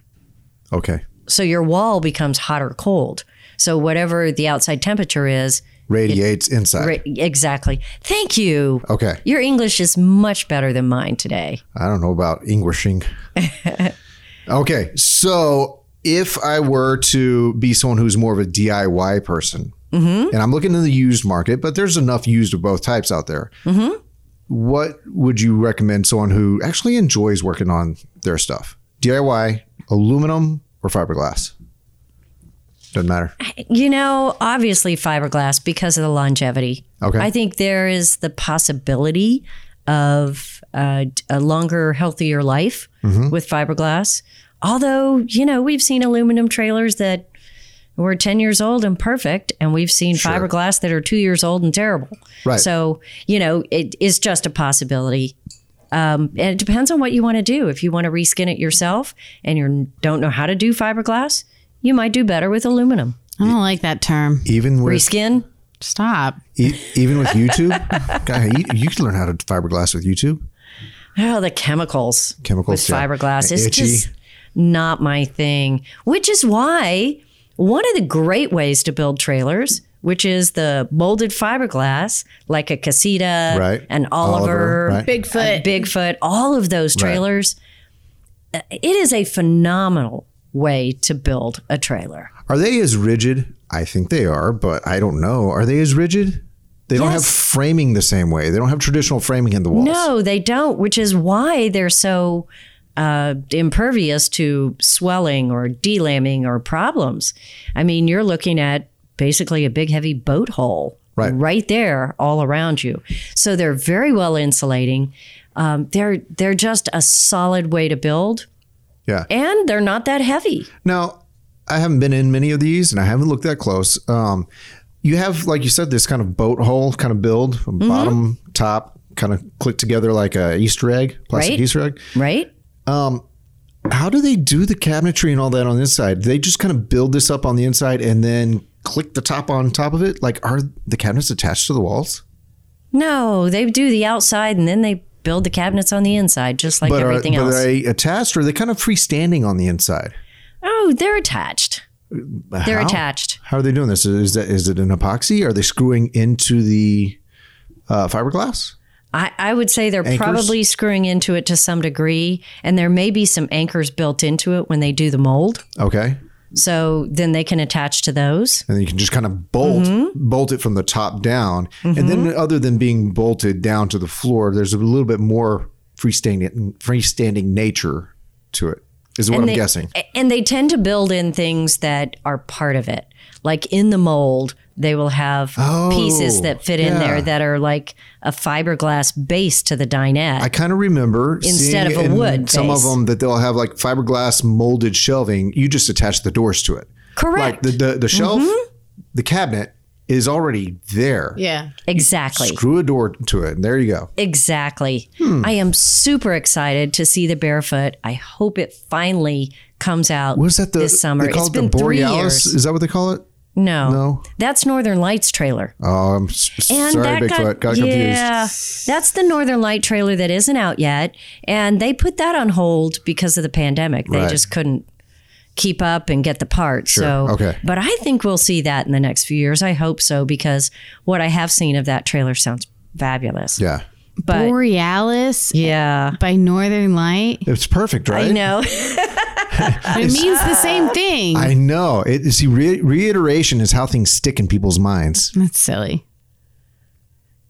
Speaker 1: Okay.
Speaker 2: So your wall becomes hot or cold. So whatever the outside temperature is,
Speaker 1: Radiates inside.
Speaker 2: right, exactly. Thank you.
Speaker 1: Okay.
Speaker 2: Your English is much better than mine today.
Speaker 1: I don't know about Englishing. okay. So if I were to be someone who's more of a DIY person, and I'm looking in the used market, but there's enough used of both types out there. What would you recommend someone who actually enjoys working on their stuff? DIY, aluminum, or fiberglass? Doesn't matter.
Speaker 2: You know, obviously fiberglass because of the longevity.
Speaker 1: Okay.
Speaker 2: I think there is the possibility of uh, a longer, healthier life
Speaker 1: Mm-hmm.
Speaker 2: with fiberglass. Although, you know, we've seen aluminum trailers that were 10 years old and perfect, and we've seen fiberglass that are two years old and terrible.
Speaker 1: Right.
Speaker 2: So, you know, it is just a possibility. Um, and it depends on what you want to do. If you want to reskin it yourself and you don't know how to do fiberglass, you might do better with aluminum.
Speaker 3: I don't like that term.
Speaker 1: Even with
Speaker 2: Reskin?
Speaker 3: Stop.
Speaker 1: e- even with YouTube, God, you, you can learn how to fiberglass with YouTube.
Speaker 2: Oh, the chemicals.
Speaker 1: Chemicals,
Speaker 2: with
Speaker 1: yeah.
Speaker 2: fiberglass is
Speaker 1: Itchy.
Speaker 2: just not my thing. Which is why one of the great ways to build trailers, which is the molded fiberglass, like a Casita,
Speaker 1: Right.
Speaker 2: an
Speaker 1: Oliver,
Speaker 2: Oliver,
Speaker 1: right.
Speaker 3: Bigfoot.
Speaker 2: a Bigfoot, all of those trailers. Uh, It is a phenomenal way to build a trailer.
Speaker 1: Are they as rigid? I think they are, but I don't know. Are they as rigid? They don't have
Speaker 2: Yes.
Speaker 1: framing the same way. They don't have traditional framing in the walls.
Speaker 2: No, they don't, which is why they're so uh, impervious to swelling or delamming or problems. I mean, you're looking at basically a big, heavy boat hull
Speaker 1: Right.
Speaker 2: there all around you. So they're very well insulating. Um, they're they're just a solid way to build,
Speaker 1: Yeah.
Speaker 2: and they're not that heavy.
Speaker 1: Now, I haven't been in many of these, and I haven't looked that close. Um, you have, like you said, this kind of boat hole kind of build,
Speaker 2: Mm-hmm.
Speaker 1: bottom top, kind of click together like a Easter egg, plastic
Speaker 2: Right.
Speaker 1: Easter egg. Um,
Speaker 2: Right?
Speaker 1: How do they do the cabinetry and all that on the inside? Do they just kind of build this up on the inside and then click the top on top of it? Like, are the cabinets attached to the walls?
Speaker 2: No, they do the outside, and then they build the cabinets on the inside, just like
Speaker 1: but are,
Speaker 2: everything
Speaker 1: but
Speaker 2: else.
Speaker 1: are they attached or are they kind of freestanding on the inside?
Speaker 2: oh, they're attached. They're
Speaker 1: How?
Speaker 2: attached.
Speaker 1: How are they doing this? Is that is it an epoxy? Are they screwing into the uh, fiberglass?
Speaker 2: I, I would say they're
Speaker 1: Anchors?
Speaker 2: probably screwing into it to some degree, and there may be some anchors built into it when they do the mold.
Speaker 1: Okay,
Speaker 2: So then they can attach to those.
Speaker 1: and you can just kind of bolt
Speaker 2: Mm-hmm.
Speaker 1: bolt it from the top down, and then other than being bolted down to the floor, there's a little bit more freestanding freestanding nature to it. Is what I'm
Speaker 2: they-
Speaker 1: guessing.
Speaker 2: A- And they tend to build in things that are part of it. Like in the mold, they will have pieces that fit
Speaker 1: Oh,
Speaker 2: in
Speaker 1: yeah.
Speaker 2: there that are like a fiberglass base to the dinette.
Speaker 1: I kind of remember
Speaker 2: Instead
Speaker 1: seeing
Speaker 2: of a
Speaker 1: in
Speaker 2: wood
Speaker 1: Some of
Speaker 2: base.
Speaker 1: them that they'll have like fiberglass molded shelving. You just attach the doors to it. Like
Speaker 2: Correct. Mm-hmm.
Speaker 1: the the, the shelf, the cabinet is already there.
Speaker 3: Yeah.
Speaker 2: exactly.
Speaker 1: Screw Hmm. a door to it, and there you go.
Speaker 2: Exactly. I am super excited to see the barefoot. I hope it finally comes out
Speaker 1: Was that the
Speaker 2: this summer.
Speaker 1: They call
Speaker 2: it's
Speaker 1: it
Speaker 2: been
Speaker 1: the
Speaker 2: three
Speaker 1: Borealis.
Speaker 2: years.
Speaker 1: Is that what they call it?
Speaker 2: No.
Speaker 1: No?
Speaker 2: That's Northern Lights trailer.
Speaker 1: Oh, I'm s-
Speaker 2: And
Speaker 1: sorry,
Speaker 2: that
Speaker 1: Bigfoot. Got,
Speaker 2: Yeah. That's the Northern Light trailer that isn't out yet. And they put that on hold because of the pandemic. They
Speaker 1: Right.
Speaker 2: just couldn't keep up and get the parts. So
Speaker 1: Okay.
Speaker 2: but I think we'll see that in the next few years. I hope so because what I have seen of that trailer sounds fabulous.
Speaker 1: confused. Yeah,
Speaker 2: But
Speaker 3: Borealis
Speaker 2: yeah.
Speaker 3: by Northern Light.
Speaker 1: it's perfect, right?
Speaker 2: I know.
Speaker 3: But it means the same thing.
Speaker 1: I know. It, see, re- reiteration is how things stick in people's minds.
Speaker 3: That's silly.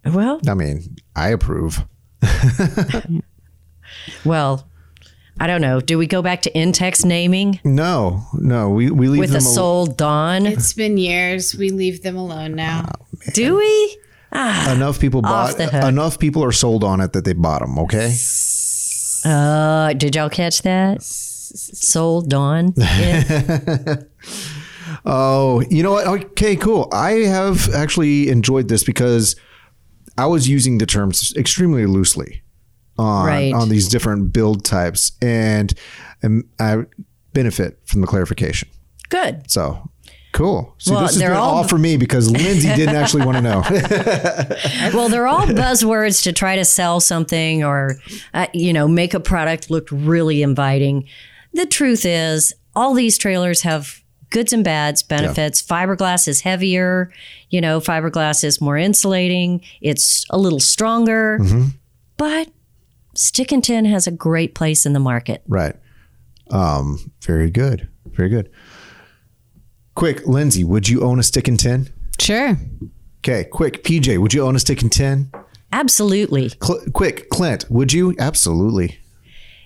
Speaker 2: Well,
Speaker 1: I mean, I approve.
Speaker 2: well, I don't know. Do we go back to in-text naming
Speaker 1: No, no, we, we leave
Speaker 2: with
Speaker 1: them
Speaker 2: a
Speaker 1: al-
Speaker 2: soul dawn?
Speaker 3: It's been years. We leave them alone now.
Speaker 2: Do we?
Speaker 1: enough people
Speaker 2: Off
Speaker 1: bought
Speaker 2: the hook.
Speaker 1: enough people are sold on it that they bought them. Okay,
Speaker 2: Uh, did y'all catch that? Soul dawn. Yeah.
Speaker 1: Oh, you know what? Okay, cool. I have actually enjoyed this because I was using the terms extremely loosely on
Speaker 2: Right.
Speaker 1: on these different build types, and, and I benefit from the clarification.
Speaker 2: Good.
Speaker 1: So. Cool. So
Speaker 2: Well,
Speaker 1: this has
Speaker 2: they're
Speaker 1: been all,
Speaker 2: all-
Speaker 1: for me because Lindsay didn't actually want to know.
Speaker 2: Well, they're all buzzwords to try to sell something or, uh, you know, make a product look really inviting. The truth is, all these trailers have goods and bads, benefits. Fiberglass is heavier. You know, fiberglass is more insulating. It's a little stronger. But stick and tin has a great place in the market.
Speaker 1: right. Um, very good. Very good. Quick, Lindsay, would you own a stick and tin?
Speaker 3: Sure.
Speaker 1: Okay, quick, PJ, would you own a stick and tin?
Speaker 2: Absolutely.
Speaker 1: Cl- quick, Clint, would you? Absolutely.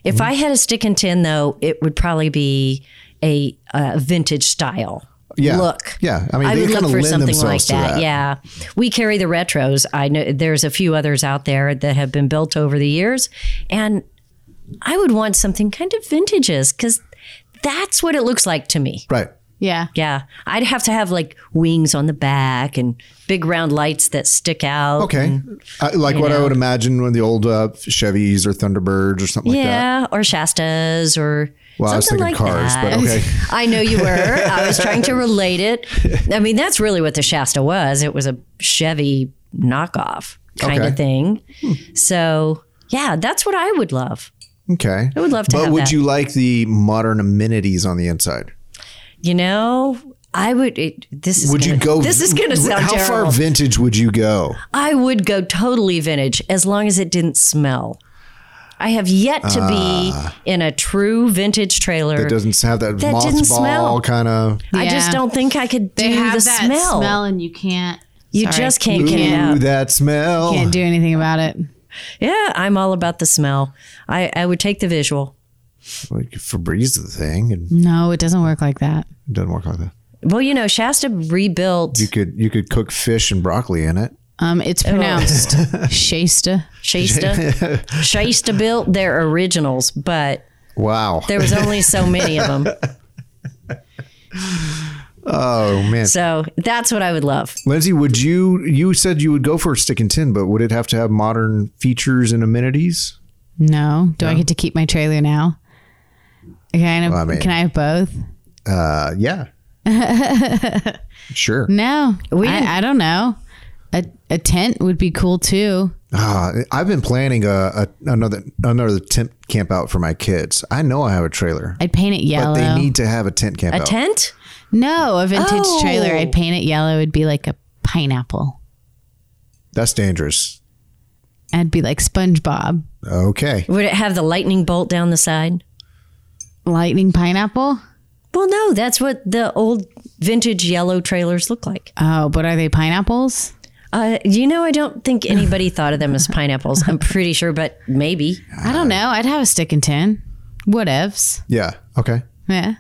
Speaker 2: If
Speaker 1: Mm-hmm.
Speaker 2: I had a stick and tin, though, it would probably be a, a vintage style
Speaker 1: yeah.
Speaker 2: look.
Speaker 1: Yeah, I mean,
Speaker 2: I
Speaker 1: they
Speaker 2: would
Speaker 1: kind
Speaker 2: look
Speaker 1: of
Speaker 2: for
Speaker 1: lend
Speaker 2: something like
Speaker 1: themselves to
Speaker 2: that.
Speaker 1: that.
Speaker 2: Yeah, we carry the retros. I know there's a few others out there that have been built over the years, and I would want something kind of vintages because that's what it looks like to me.
Speaker 1: Right.
Speaker 3: Yeah.
Speaker 2: Yeah, I'd have to have like wings on the back and big round lights that stick out.
Speaker 1: Okay. Uh, like what I
Speaker 2: Mm-hmm. know.
Speaker 1: would imagine when the old uh, Chevys or Thunderbirds or something like that.
Speaker 2: Yeah, or Shastas or
Speaker 1: Well, I was
Speaker 2: something
Speaker 1: thinking
Speaker 2: like
Speaker 1: cars,
Speaker 2: that.
Speaker 1: but okay.
Speaker 2: I know you were. I was trying to relate it. I mean, that's really what the Shasta was. It was a Chevy knockoff kind
Speaker 1: Okay. Hmm.
Speaker 2: of thing. So, yeah, that's what I would love.
Speaker 1: Okay. I
Speaker 2: would love to
Speaker 1: But
Speaker 2: have
Speaker 1: would
Speaker 2: that.
Speaker 1: you like the modern amenities on the inside?
Speaker 2: You know, I would. It, this is
Speaker 1: Would
Speaker 2: gonna,
Speaker 1: you go?
Speaker 2: This is going to sound
Speaker 1: How
Speaker 2: terrible.
Speaker 1: far vintage would you go?
Speaker 2: I would go totally vintage as long as it didn't smell. I have yet to be in a true vintage trailer.
Speaker 1: It doesn't have Ah. that,
Speaker 2: That didn't smell.
Speaker 1: mothball kind of.
Speaker 2: I just
Speaker 3: Yeah.
Speaker 2: don't think I could do
Speaker 3: They have
Speaker 2: the
Speaker 3: that smell. and you can't.
Speaker 2: You
Speaker 3: Sorry.
Speaker 2: just can't get it
Speaker 1: Ooh,
Speaker 2: out.
Speaker 1: that smell.
Speaker 3: Can't do anything about it.
Speaker 2: Yeah, I'm all about the smell. I, I would take the visual.
Speaker 1: Like Febreze the thing and it
Speaker 3: No, it doesn't work like that.
Speaker 1: doesn't work like that.
Speaker 2: Well, you know, Shasta rebuilt
Speaker 1: You could you could cook fish and broccoli in it.
Speaker 3: Um, it's pronounced Shasta.
Speaker 2: Shasta. Shasta built their originals, but
Speaker 1: Wow.
Speaker 2: there was only so many of them.
Speaker 1: Oh man.
Speaker 2: So that's what I would love.
Speaker 1: Lindsay, would you you said you would go for a stick and tin, but would it have to have modern features and amenities?
Speaker 3: No. Do I get to keep my trailer now? Can I, have,
Speaker 1: Well, I mean-
Speaker 3: can I have both?
Speaker 1: Uh, yeah. sure.
Speaker 3: No.
Speaker 2: We didn't-
Speaker 3: I, I don't know. A, a tent would be cool too.
Speaker 1: Ah, I've been planning a, a another another tent camp out for my kids. I know I have a trailer,
Speaker 3: I'd paint it
Speaker 1: but
Speaker 3: yellow.
Speaker 1: they need to have a tent camp
Speaker 2: A
Speaker 1: out.
Speaker 2: tent?
Speaker 3: no, a vintage
Speaker 2: Oh.
Speaker 3: trailer. I'd paint it yellow. It'd be like a pineapple.
Speaker 1: That's dangerous.
Speaker 3: I'd be like SpongeBob.
Speaker 1: Okay.
Speaker 2: Would it have the lightning bolt down the side?
Speaker 3: Lightning pineapple?
Speaker 2: Well, no, that's what the old vintage yellow trailers look like.
Speaker 3: Oh, but are they pineapples?
Speaker 2: Uh, you know, I don't think anybody thought of them as pineapples. I'm pretty sure, but maybe.
Speaker 3: I
Speaker 1: Uh,
Speaker 3: don't know. I'd have a stick and tin. Whatevs.
Speaker 1: Yeah. Okay.
Speaker 3: Yeah.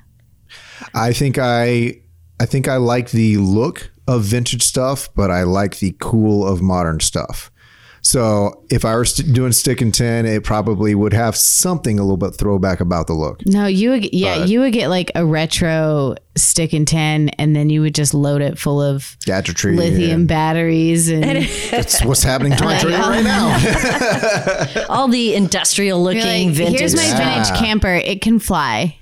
Speaker 1: I think I I think I like the look of vintage stuff, but I like the cool of modern stuff. So if I were st- doing stick and tin, it probably would have something a little bit throwback about the look.
Speaker 3: No, you would get- yeah, you would get like a retro stick and tin and then you would just load it full of
Speaker 1: Gadgetry.
Speaker 3: lithium batteries and
Speaker 1: That's what's happening to my trailer right now.
Speaker 2: All the industrial looking
Speaker 3: Like,
Speaker 2: vintage.
Speaker 3: here's my
Speaker 2: stuff.
Speaker 3: vintage camper. It can fly.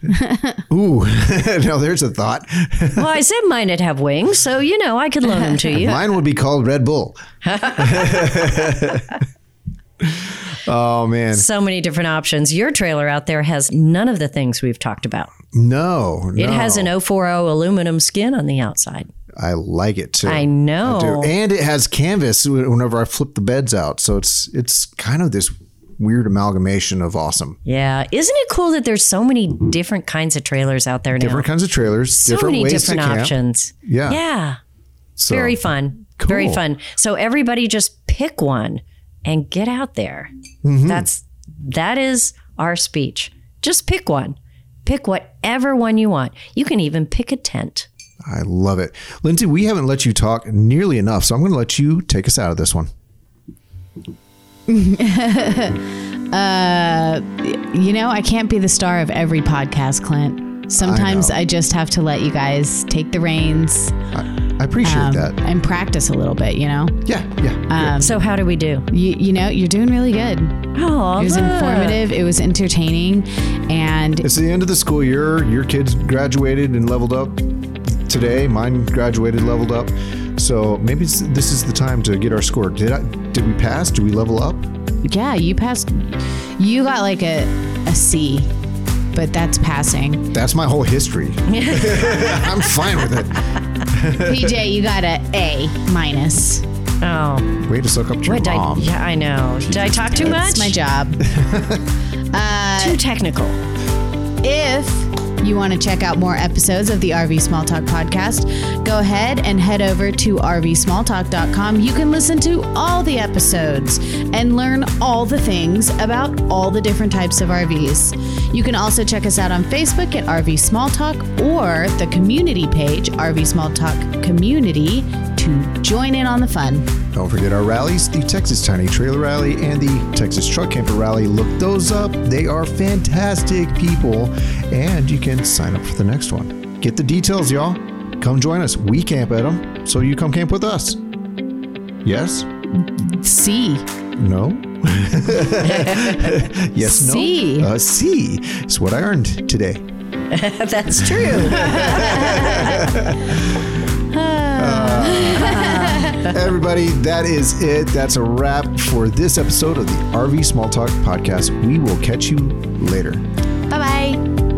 Speaker 1: Ooh, now there's a thought.
Speaker 2: Well, I said mine'd have wings, so you know I could loan them to you.
Speaker 1: Mine would be called Red Bull. oh man,
Speaker 2: So many different options. Your trailer out there has none of the things we've talked about.
Speaker 1: no,
Speaker 2: It
Speaker 1: no.
Speaker 2: has an 040 aluminum skin on the outside.
Speaker 1: I like it too.
Speaker 2: I know.
Speaker 1: do. And it has canvas whenever I flip the beds out. So it's it's kind of this weird amalgamation of awesome.
Speaker 2: yeah, isn't it cool that there's so many different kinds of trailers out there now?
Speaker 1: Different kinds of trailers,
Speaker 2: so
Speaker 1: different
Speaker 2: many
Speaker 1: ways
Speaker 2: different
Speaker 1: to camp.
Speaker 2: options.
Speaker 1: Yeah.
Speaker 2: Yeah.
Speaker 1: So
Speaker 2: Very fun. Very
Speaker 1: Cool.
Speaker 2: fun. So everybody just pick one and get out there.
Speaker 1: Mm-hmm.
Speaker 2: That's that is our speech. Just pick one. Pick whatever one you want. You can even pick a tent.
Speaker 1: I love it. Lindsay, we haven't let you talk nearly enough, so I'm going to let you take us out of this one.
Speaker 3: You know, I can't be the star of every podcast, Clint. Sometimes
Speaker 1: know.
Speaker 3: I, just have to let you guys take the reins
Speaker 1: I, I appreciate
Speaker 3: um,
Speaker 1: that.
Speaker 3: and practice a little bit, you know?
Speaker 1: Yeah, yeah.
Speaker 2: So how do we do?
Speaker 3: You, you know, you're doing really good. It
Speaker 2: Oh,
Speaker 3: was
Speaker 2: look.
Speaker 3: informative, it was entertaining, and
Speaker 1: It's the end of the school year. Your kids graduated and leveled up today. Mine graduated, leveled up. So maybe it's- this is the time to get our score. Did I? Did we pass? Did we level up?
Speaker 3: yeah, you passed. You got like a, a C, but that's passing.
Speaker 1: That's my whole history. I'm fine with it.
Speaker 3: PJ, you got a A minus.
Speaker 2: Oh.
Speaker 1: Way to suck up to your
Speaker 2: What did I,
Speaker 1: mom.
Speaker 2: yeah, I know. Did I talk too much?
Speaker 3: That's my job.
Speaker 2: Too technical.
Speaker 3: If you want to check out more episodes of the RV Small Talk podcast, go ahead and head over to rvsmalltalk.com. You can listen to all the episodes and learn all the things about all the different types of RVs. You can also check us out on Facebook at RV Small Talk or the community page, RV Small Talk Community, to join in on the fun.
Speaker 1: Don't forget our rallies, the Texas Tiny Trailer Rally and the Texas Truck Camper Rally. Look those up. They are fantastic people. And you can sign up for the next one. Get the details, y'all. Come join us. We camp at them, so you come camp with us. Yes?
Speaker 3: See,
Speaker 1: No? yes,
Speaker 3: See.
Speaker 1: no. Uh, C. It's what I earned today.
Speaker 2: That's true.
Speaker 1: Everybody, that is it. That's a wrap for this episode of the RV Small Talk Podcast. We will catch you later.
Speaker 3: bye bye.